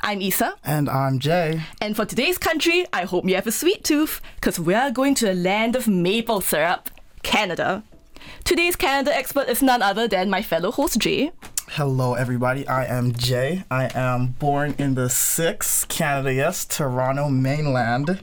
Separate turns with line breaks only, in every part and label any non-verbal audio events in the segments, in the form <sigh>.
I'm Issa.
And I'm Jay.
And for today's country, I hope you have a sweet tooth, because we're going to the land of maple syrup, Canada. Today's Canada expert is none other than my fellow host, Jay.
Hello, everybody. I am Jay. I am born in the 6, Canada, yes, Toronto mainland.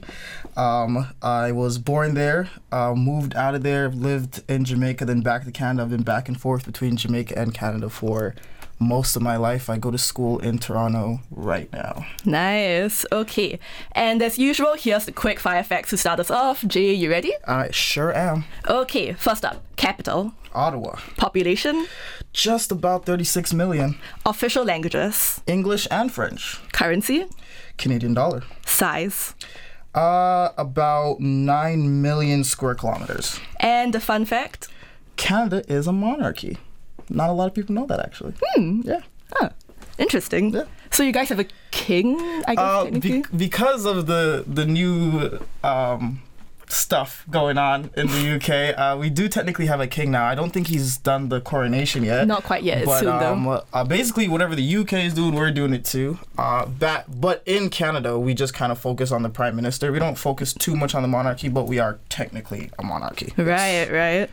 Um, I was born there, uh, moved out of there, lived in Jamaica, then back to Canada. I've been back and forth between Jamaica and Canada for most of my life. I go to school in Toronto right now.
Nice. Okay. And as usual, here's the quick fire facts to start us off. Jay, you ready?
I sure am.
Okay. First up, capital,
Ottawa,
population,
just about 36 million.
official languages,
English and French.
currency,
Canadian dollar.
size.
Uh, about 9 million square kilometers.
And the fun fact.
Canada is a monarchy. Not a lot of people know that actually.
Hmm,
Yeah.
Huh. Interesting.
Yeah.
So you guys have a king, I guess.
Uh,
technically?
be- because of the the new um, stuff going on in the UK, uh, we do technically have a king now. I don't think he's done the coronation yet.
Not quite yet. It's
But
soon, though.
um, uh, basically, whatever the UK is doing, we're doing it too. Uh, that, but in Canada, we just kind of focus on the prime minister. We don't focus too much on the monarchy, but we are technically a monarchy.
Right, right.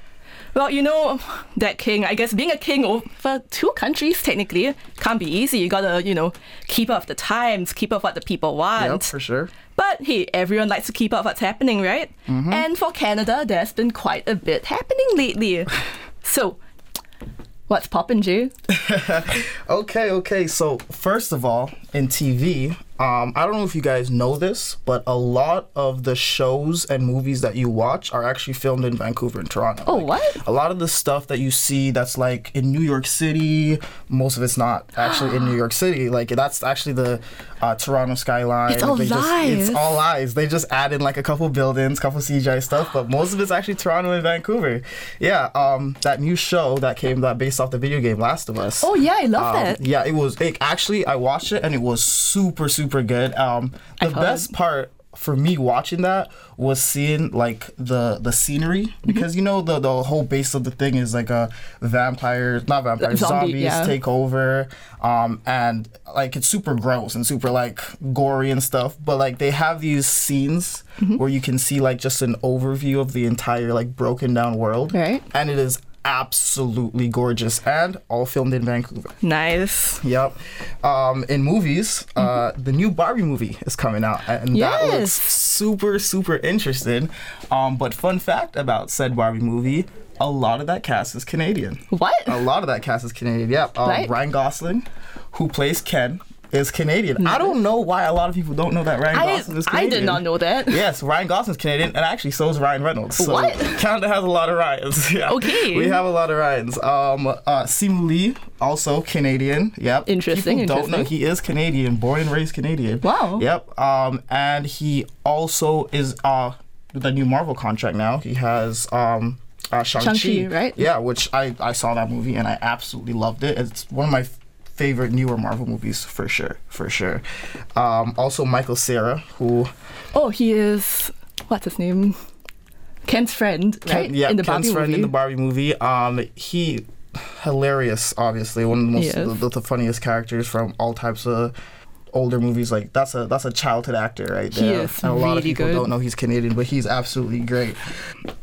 Well, you know that king. I guess being a king over two countries technically can't be easy. You gotta, you know, keep up with the times, keep up what the people
Yep,
want.
for sure.
But hey, everyone likes to keep up what's happening, right?
Mm-hmm.
And for Canada, there's been quite a bit happening
<laughs>
lately. so, what's poppin', Jay?
<laughs> Okay, okay. So first of all, in TV, um, I don't know if you guys know this, but a lot of the shows and movies that you watch are actually filmed in Vancouver and Toronto.
Oh,
Like,
what?
A lot of the stuff that you see that's like in New York City, most of it's not actually
<gasps>
in New York City. Like that's actually the uh, Toronto skyline.
It's all
They just-
lies.
it's all lies. They just add in like a couple buildings, couple CGI stuff, but most of it's actually Toronto and Vancouver. Yeah. Um, that new show that came that based off the video game Last of Us.
Oh yeah, I love
Um,
that.
Yeah, it was. It, actually, I watched it and it was super, super good. Um, the
I've heard.
best part for me watching that was seeing like the the scenery
Mm-hmm.
because you know the the whole base of the thing is like a vampire, not vampires,
Zombie,
zombies
yeah.
take over, um, and like it's super gross and super like gory and stuff. But like they have these scenes where you can see like just an overview of the entire like broken down world,
Right.
And it is absolutely gorgeous and all filmed in Vancouver.
Nice.
<laughs> Yep. Um, in movies, uh, the new Barbie movie is coming out, and that
Mm-hmm. Yes.
looks super, super interesting. Um, but fun fact about said Barbie movie: a lot of that cast is Canadian.
What?
A lot of that cast is Canadian. Yep. Um,
Right.
Ryan Gosling, who plays Ken, is Canadian. I don't know why a lot of people don't know that Ryan
Mm-hmm. I,
Gosling is
I
Canadian.
did not know that.
<laughs> Yes, Ryan Gosling's Canadian, and actually so is Ryan Reynolds. So
What?
Canada has a lot of Ryans. <laughs> yeah.
Okay.
We have a lot of Ryans. Um, uh, Simu Lee, also Canadian. Yep.
Interesting,
People don't know
interesting.
he is Canadian, born and raised Canadian.
Wow.
Yep. Um, and he also is uh with a new Marvel contract now. He has um. Uh, Shang-Chi,
Shang-Chi, right?
Yeah, which I, I saw that movie and I absolutely loved it. It's one of my f- favorite newer Marvel movies for sure, for sure. Um, also, Michael Cera, who
Oh, he is what's his name? Ken's friend, right?
Ken- yeah,
in the
Ken's
Barbie
friend
movie.
in the Barbie movie. Um, he hilarious, obviously one of the most
Yes.
the, the funniest characters from all types of older movies. Like that's a that's a childhood actor right
He
there.
is
and a lot of
really
people
good.
don't know he's Canadian, but he's absolutely great.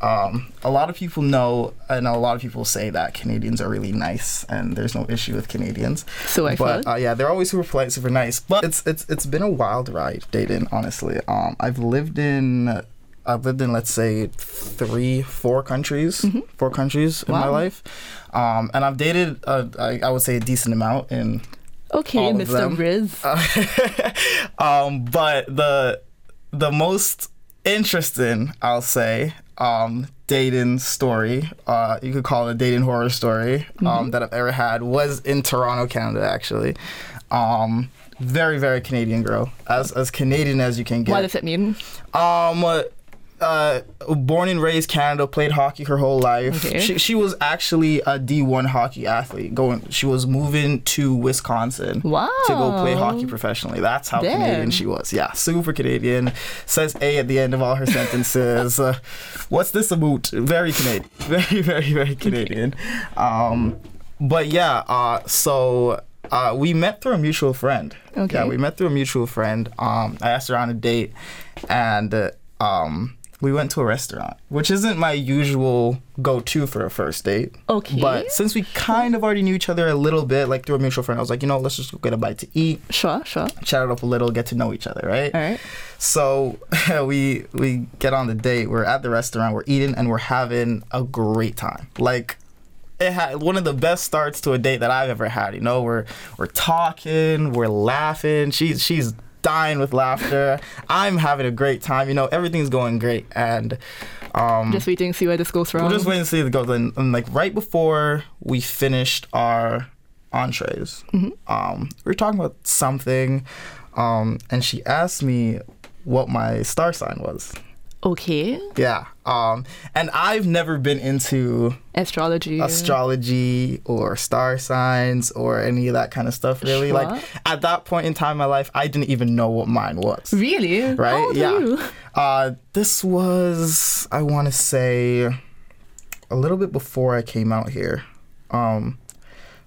Um, a lot of people know, and a lot of people say that Canadians are really nice, and there's no issue with Canadians.
So I've
but
heard.
uh, yeah, they're always super polite, super nice. But it's it's it's been a wild ride dating, honestly. Um, I've lived in I've lived in let's say three, four countries, four countries in my
Mm-hmm. Wow.
life, um, and I've dated a, I, I would say a decent amount in
okay,
all of
Mr.
them. Uh,
Riz.
<laughs> um, but the the most interesting, I'll say, um, dating story, uh, you could call it a dating horror story, um,
Mm-hmm.
that I've ever had was in Toronto, Canada, actually. Um, very, very Canadian girl, as as Canadian as you can get.
What does that mean?
Um, uh, uh, born and raised Canada, played hockey her whole life.
Okay.
She, she was actually a D1 hockey athlete. Going, she was moving to Wisconsin
Wow.
to go play hockey professionally. That's how
Oh. Damn.
Canadian she was. Yeah, super Canadian. Says A at the end of all
<laughs>
her sentences. uh, what's this about? Very Canadian. <laughs> Very, very, very Canadian. Um, but yeah, uh, so Uh, we met through a mutual friend.
Okay.
Yeah, we met through a mutual friend. Um, I asked her on a date, and uh, um, we went to a restaurant, which isn't my usual go-to for a first date.
Okay.
But since we kind of already knew each other a little bit, like through a mutual friend, I was like, you know, let's just go get a bite to eat,
Sure, sure.
chat it up a little, get to know each other, right?
All right.
So <laughs> we we get on the date. We're at the restaurant. We're eating and we're having a great time. Like it had one of the best starts to a date that I've ever had. You know, we're we're talking, we're laughing. She's she's dying
<laughs>
with laughter. I'm having a great time. You know, everything's going great. And um,
Just waiting to see where this goes from.
we're just waiting to see the goes. And, and like right before we finished our entrees, um, we were talking about something, um, and she asked me what my star sign was.
Okay.
Yeah. Um, and I've never been into
Astrology.
astrology or star signs or any of that kind of stuff. Really,
Sure.
like at that point in time in my life, I didn't even know what mine was.
Really?
Right?
How old are
yeah.
you?
Uh, this was, I want to say, a little bit before I came out here. Um,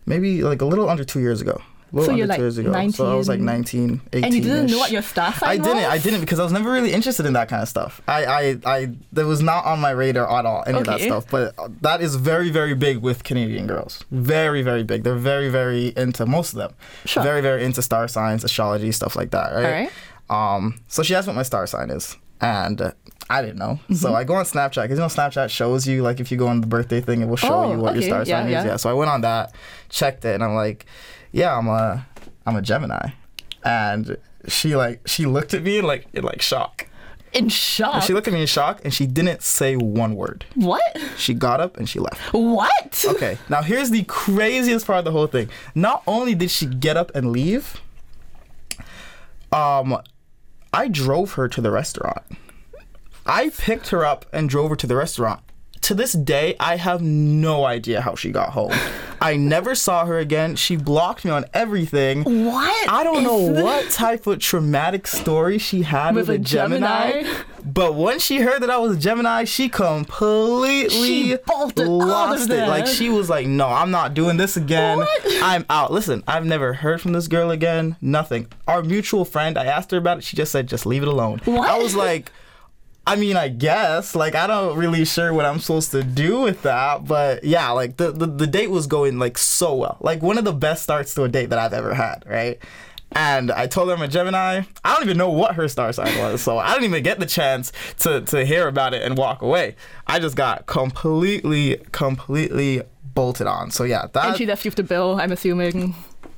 maybe like a little under two years ago. A little
So
under
you're,
two
like,
years ago. So I was like 19, 18.
And you didn't know what your star sign
I didn't.
was?
I didn't because I was never really interested in that kind of stuff. I, I, I that was not on my radar at all. Any of that
Okay.
stuff. But uh, that is very, very big with Canadian girls. Very, very big. They're very, very into most of them.
Sure.
Very, very into star signs, astrology, stuff like that. Right.
Alright.
Um, so she asked what my star sign is, and uh, I didn't know.
Mm-hmm.
So I go on Snapchat because you know Snapchat shows you like if you go on the birthday thing, it will show
Oh,
you what your
okay.
star
Yeah,
sign is.
yeah.
Yeah. So I went on that, checked it, and I'm like, yeah, I'm a, I'm a Gemini, and she like she looked at me in like in like shock.
In shock.
She looked at me in shock, and she didn't say one word.
what?
She got up and she left.
What?
Okay, now here's the craziest part of the whole thing. Not only did she get up and leave, um, I drove her to the restaurant. I picked her up and drove her to the restaurant. To this day, I have no idea how she got home. I never saw her again. She blocked me on everything.
What?
I don't
is
know
this?
what type of traumatic story she had with,
With
a,
a
Gemini,
Gemini?
but once she heard that I was a Gemini, she completely
She bolted out of
lost it.
there.
Like she was like, "No, I'm not doing this again.
What?
I'm out." Listen, I've never heard from this girl again. Nothing. Our mutual friend, I asked her about it. She just said, "Just leave it alone."
What?
I was like. I mean, I guess. Like, I don't really sure what I'm supposed to do with that, but yeah, like the, the the date was going like so well. Like one of the best starts to a date that I've ever had, right? And I told her I'm a Gemini. I don't even know what her star sign was, so I didn't even get the chance to to hear about it and walk away. I just got completely, completely bolted on. So yeah, that
And she left you with the bill, I'm assuming.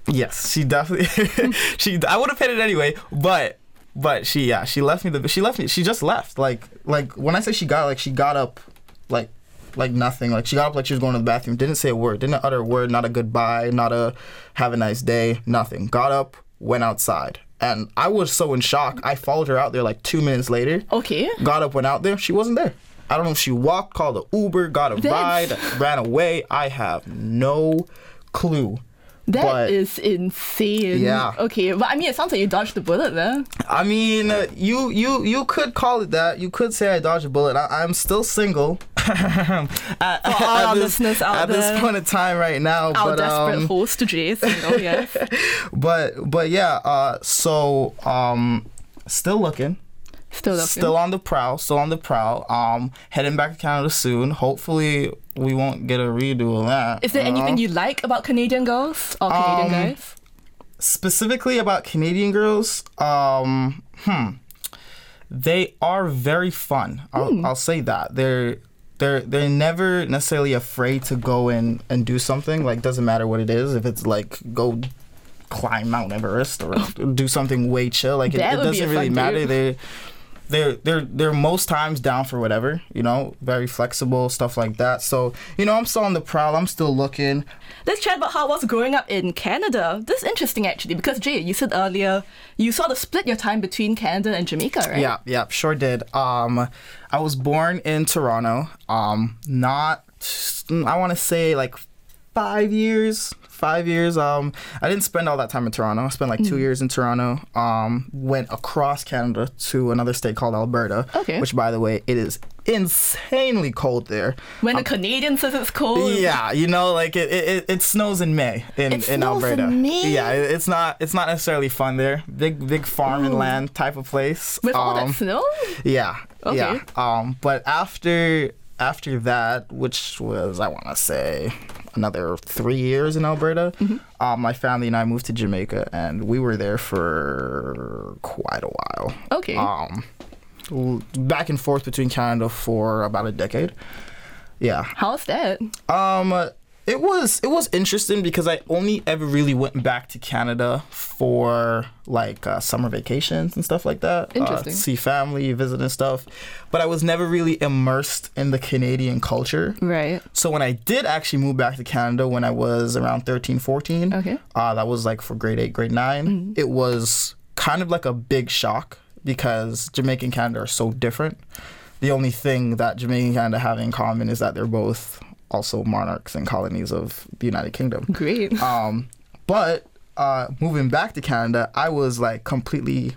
Yes, she definitely. <laughs> she, I would have paid it anyway, but but she yeah she left me the she left me she just left like like when I say she got like she got up like like nothing like she got up like she was going to the bathroom didn't say a word didn't utter a word not a goodbye not a have a nice day nothing got up went outside and I was so in shock I followed her out there like two minutes later
Okay.
got up went out there she wasn't there I don't know if she walked called an Uber got a
That's-
ride ran away I have no clue.
That
But-
is insane.
Yeah.
Okay, but I mean, it sounds like you dodged the bullet there.
I mean, uh, you you you could call it that. You could say I dodged a bullet. I, I'm still single. <laughs> at,
For <laughs> all
at
our
this-
listeners Uh, out
at
there.
this point in time right now,
Our
but
desperate
um,
host, Jace. You know,
<laughs>
yes.
but but yeah. Uh, so um, still looking.
Still love
Still on the prowl, still on the prowl. Um, heading back to Canada soon. Hopefully, we won't get a redo of that.
Is there
you know?
anything you like about Canadian girls or
Um,
Canadian guys?
specifically about Canadian girls, um, hmm, they are very fun. I'll,
Hmm.
I'll say that they're they're they're never necessarily afraid to go and and do something. Like doesn't matter what it is. If it's like go climb Mount
<laughs>
Everest or do something way chill, like it,
That
it
would be a
doesn't really
fun
matter.
date.
They they're they're they're most times down for whatever you know very flexible stuff like that so you know i'm still on the prowl i'm still looking
Let's chat about how it was growing up in Canada. This is interesting actually because Jay, you said earlier you sort of split your time between Canada and Jamaica, right?
Yeah, yeah, sure did. Um, I was born in Toronto. Um, not I want to say like five years, five years. Um, I didn't spend all that time in Toronto. I spent like
Hmm.
two years in Toronto. Um, went across Canada to another state called Alberta.
Okay.
Which, by the way, it is insanely cold there.
When the Canadian says it's cold.
Um, Yeah, you know, like it, it, it- it snows in May
It
in, in
snows in
Alberta.
May?
Yeah, it, it's not it's not necessarily fun there. Big big farm and land type of place.
With all
Um,
that snow?
Yeah.
Okay.
Yeah. Um, but after after that, which was I want to say another three years in Alberta,
Mm-hmm.
um, my family and I moved to Jamaica, and we were there for quite a while.
Okay.
Um, l- back and forth between Canada for about a decade. Yeah.
How's that?
Um, it was it was interesting because I only ever really went back to Canada for like uh, summer vacations and stuff like that. uh,
Interesting.
see family, visit and stuff, but I was never really immersed in the Canadian culture.
Right.
So when I did actually move back to Canada when I was around 13, 14,
Okay.
uh, that was like for grade 8, grade 9, it was kind of like a big shock because Jamaica and Canada are so different. The only thing that Jamaica and Canada have in common is that they're both also monarchs and colonies of the United Kingdom.
Great.
Um, but uh, moving back to Canada, I was like completely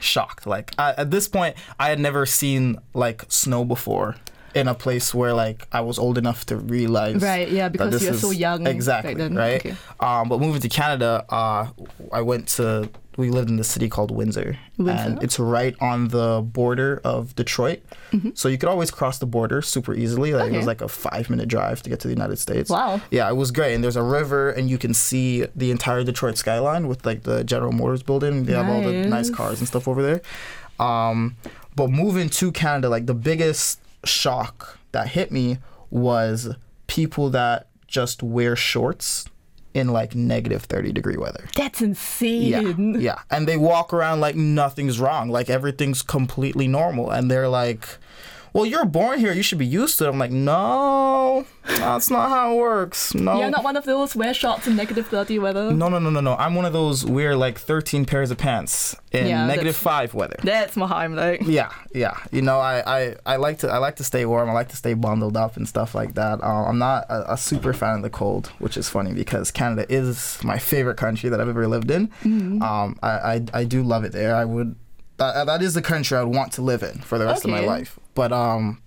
shocked. Like I, at this point, I had never seen like snow before in a place where like I was old enough to realize.
Right, yeah,
that
because
this
you were so
is-
young back
Exactly.
then.
Right.
Okay.
Um, but moving to Canada, uh, I went to. We lived in the city called Windsor,
Windsor?
and it's right on the border of Detroit. So you could always cross the border super easily. Like it
Mm-hmm. Okay.
was like a five-minute drive to get to the United States.
Wow.
Yeah, it was great. And there's a river, and you can see the entire Detroit skyline with like the General Motors building. They have all the nice
Nice.
cars and stuff over there. Um, but moving to Canada, like the biggest shock that hit me was people that just wear shorts in like negative 30 degree weather.
That's
Yeah,
insane.
yeah, and they walk around like nothing's wrong, like everything's completely normal, and they're like, "Well, you're born here, you should be used to it." I'm like, "No, that's not how it works. No,
You're not one of those wear shorts in negative 30 weather.
no, no, no, no, no. I'm one of those wear like 13 pairs of pants in
Yeah,
negative
that's-
five weather.
That's what I'm like.
Yeah, yeah. You know, I, I, I like to I like to stay warm. I like to stay bundled up and stuff like that. Uh, I'm not a, a super fan of the cold, which is funny because Canada is my favorite country that I've ever lived in.
Mm-hmm.
Um, I, I I do love it there. I would that, that is the country I'd want to live in for the rest of my
Okay.
life. But um,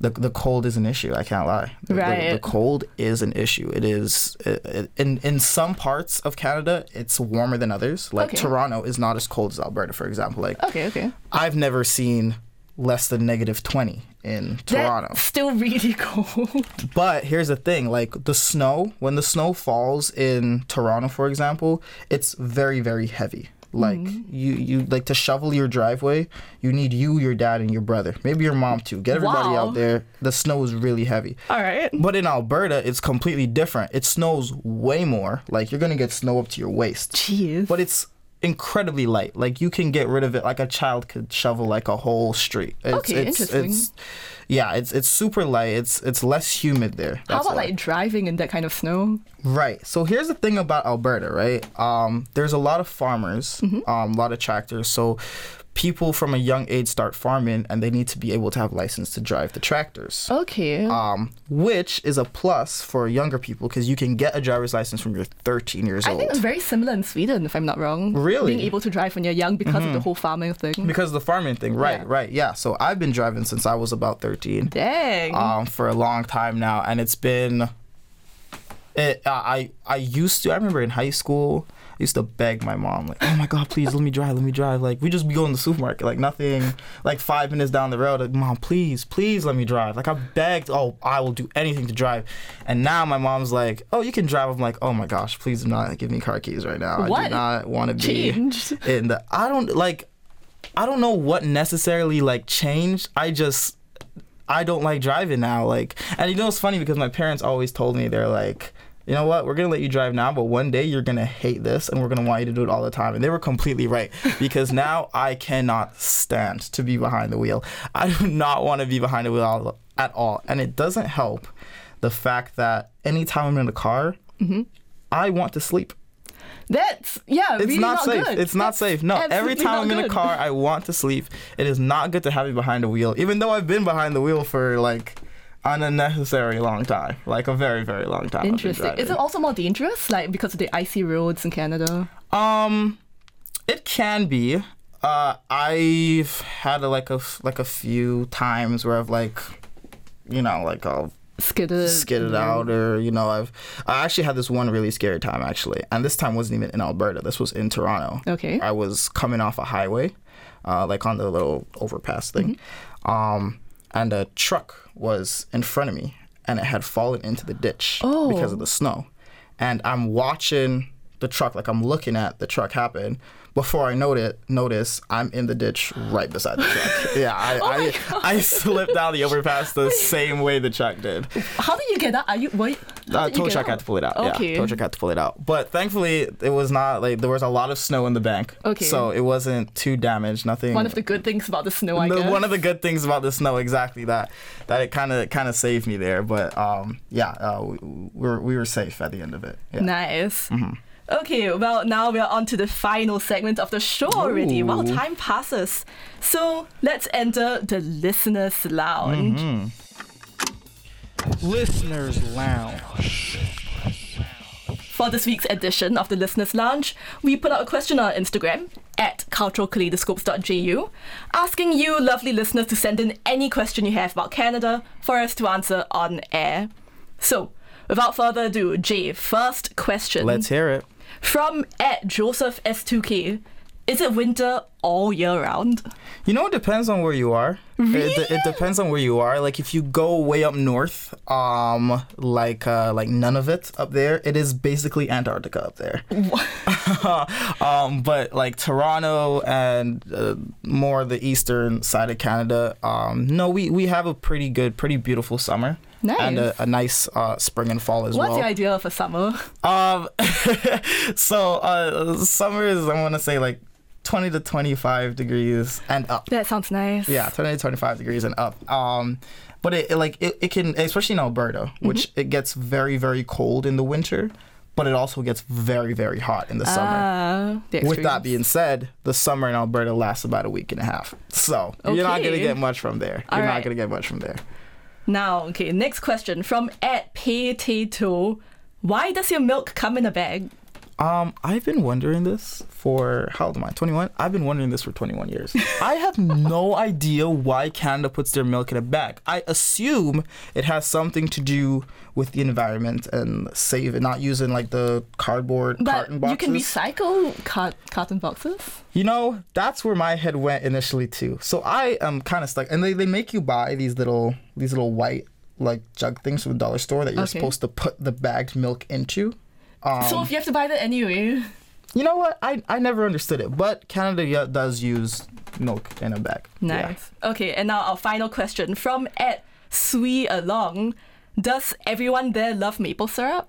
the the cold is an issue. I can't lie. The- the- The,
Right.
cold is an issue. It is it, it, in in some parts of Canada, it's warmer than others. Like
Okay.
Toronto is not as cold as Alberta, for example. Like
Okay, okay.
I've never seen less than negative 20 in Toronto.
That's still really <laughs> cold.
But here's the thing like the snow, when the snow falls in Toronto, for example, it's very, very heavy. Like
Mm-hmm.
you, you like to shovel your driveway. You need you, your dad, and your brother. Maybe your mom too. Get everybody
Wow.
out there. The snow is really heavy.
All right.
But in Alberta, it's completely different. It snows way more. Like you're gonna get snow up to your waist
Jeez.
but it's incredibly light. Like you can get rid of it like a child could shovel like a whole street. It's,
Okay,
it's,
interesting.
It's, yeah, it's it's super light. It's it's less humid there.
How
That's
about
why.
like driving in that kind of snow?
Right. So here's the thing about Alberta, right? Um, there's a lot of farmers,
Mm-hmm.
um, a lot of tractors. So people from a young age start farming, and they need to be able to have license to drive the tractors
Oh. Okay.
um, which is a plus for younger people because you can get a driver's license from you're 13 years
I
old.
think it's very similar in Sweden, if I'm not wrong.
Really? Mm-hmm.
Being able to drive when you're young because of the whole farming thing.
because of the farming thing, right?
Yeah.
Right. Yeah. So I've been driving since I was about 13,
Dang.
um, for a long time now, and it's been. It, I I I used to. I remember in high school, I used to beg my mom like, "Oh my God, please let me drive, let me drive." Like we just be going to the supermarket, like nothing. Like five minutes down the road, like, "Mom, please, please let me drive." Like I begged, "Oh, I will do anything to drive." And now my mom's like, "Oh, you can drive." I'm like, "Oh my gosh, please do not give me car keys right now. I
What?
do not want to be."
Changed.
and the, I don't like I don't know what necessarily like changed. I just I don't like driving now. Like and you know it's funny because my parents always told me they're like you know what? We're gonna let you drive now, but one day you're gonna hate this, and we're gonna want you to do it all the time. And they were completely right because now I cannot stand to be behind the wheel. I do not want to be behind the wheel all- at all, and it doesn't help the fact that anytime I'm in a car, I want to sleep.
That's, yeah,
It's
really
not, safe.
good.
It's not
That's
safe. No, every
absolutely
time
not
I'm in a
good.
car, I want to sleep. It is not good to have you behind the wheel, even though I've been behind the wheel for like an unnecessary long time, like a very, very long time. I've been
Interesting. Is
driving.
it also more dangerous, like because of the icy roads in Canada?
Um, it can be. Uh, I've had a, like a f- like a few times where I've like, you know, like I'll
Skidded.
skidded out or you know I've I actually had this one really scary time actually, and this time wasn't even in Alberta. This was in Toronto.
Okay.
I was coming off a highway, uh, like on the little overpass thing, um, and a truck was in front of me, and it had fallen into the ditch because of the snow, and I'm watching the truck like I'm looking at the truck happen. Before I note it, notice I'm in the ditch right beside the truck. yeah, I I, I slipped down the overpass the same way the truck did.
How did you get out? Are you? Were you how
Uh,
did you
tow
get
truck
out?
had to pull it out.
Okay.
Yeah, tow truck had to pull it out. But thankfully, it was not like there was a lot of snow in the bank.
Okay.
So it wasn't too damaged. Nothing.
One of the good things about the snow, I
the-
guess.
one of the good things about the snow, exactly that, that it kind of kind of saved me there. But um, yeah, uh, we, we were we were safe at the end of it. Yeah.
Mm-hmm.
Mm-hmm.
Nice. Okay, well, now we're on to the final segment of the show already. Wow,
Ooh.
time passes. So let's enter the listeners'
Mm-hmm.
lounge.
Listeners Lounge.
For this week's edition of the Listeners' Lounge, we put out a question on Instagram at culturalkaleidoscopes.ju asking you, lovely listeners, to send in any question you have about Canada for us to answer on air. So, without further ado, Jay, first question.
Let's hear it.
From at Joseph S2K. Is it winter all year round?
You know, it depends on where you are. It, de- it depends on where you are. Like if you go way up north, um, like uh, like Nunavut up there, it is basically Antarctica up there. <laughs> um, but like Toronto and uh, more the eastern side of Canada, um, no, we we have a pretty good, pretty beautiful summer. And
Nice.
a, a nice uh, spring and fall as
What's
well.
your idea of a summer?
Um, <laughs> so uh, summer is I want to say like twenty to twenty five degrees and up.
That sounds nice.
Yeah, 20 to 25 degrees and up. Um, but it, it, like it, it can, especially in Alberta, which
Mm-hmm.
it gets very very cold in the winter, but it also gets very very hot in the summer.
Ah, the
With that
experience.
being said, the summer in Alberta lasts about a week and a half, so you're not gonna
Okay.
get much from there.
All
you're
right.
not gonna get much from there.
Now, okay, next question from at Potato. Why does your milk come in a bag?
Um, I've been wondering this for how old am I? 21. I've been wondering this for
<laughs>
21 years. I have no idea why Canada puts their milk in a bag. I assume it has something to do with the environment and save it, not using like the cardboard
But
carton boxes.
you can recycle car- carton boxes.
You know, that's where my head went initially too. So I am kind of stuck, and they, they make you buy these little these little white like jug things from the dollar store that you're
Okay.
supposed to put the bagged milk into. Um,
so if you have to buy that anyway,
You know what? I, I never understood it, but Canada yeah, does use milk in a bag. Yeah.
nice. Okay, and now our final question from at Sui Along. Does everyone there love maple syrup?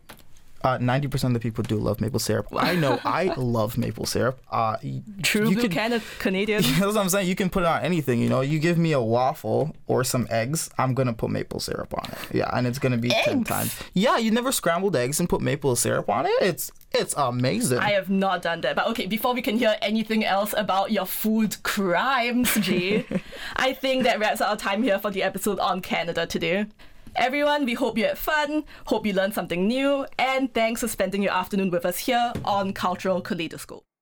Uh, 90% of the people do love maple syrup. I know
<laughs>
I love maple syrup. Uh, y-
True
you
blue
can-
can- uh, Canadian.
<laughs> That's what I'm saying. You can put it on anything, you know. You give me a waffle or some eggs, I'm gonna put maple syrup on it. Yeah, and it's gonna be ten
Eggs?
times. Yeah, you never scrambled eggs and put maple syrup on it. It's it's amazing.
I have not done that. But okay, before we can hear anything else about your food crimes, G, I think that wraps up our time here for the episode on Canada today. Everyone, we hope you had fun, hope you learned something new, and thanks for spending your afternoon with us here on Cultural Kaleidoscope.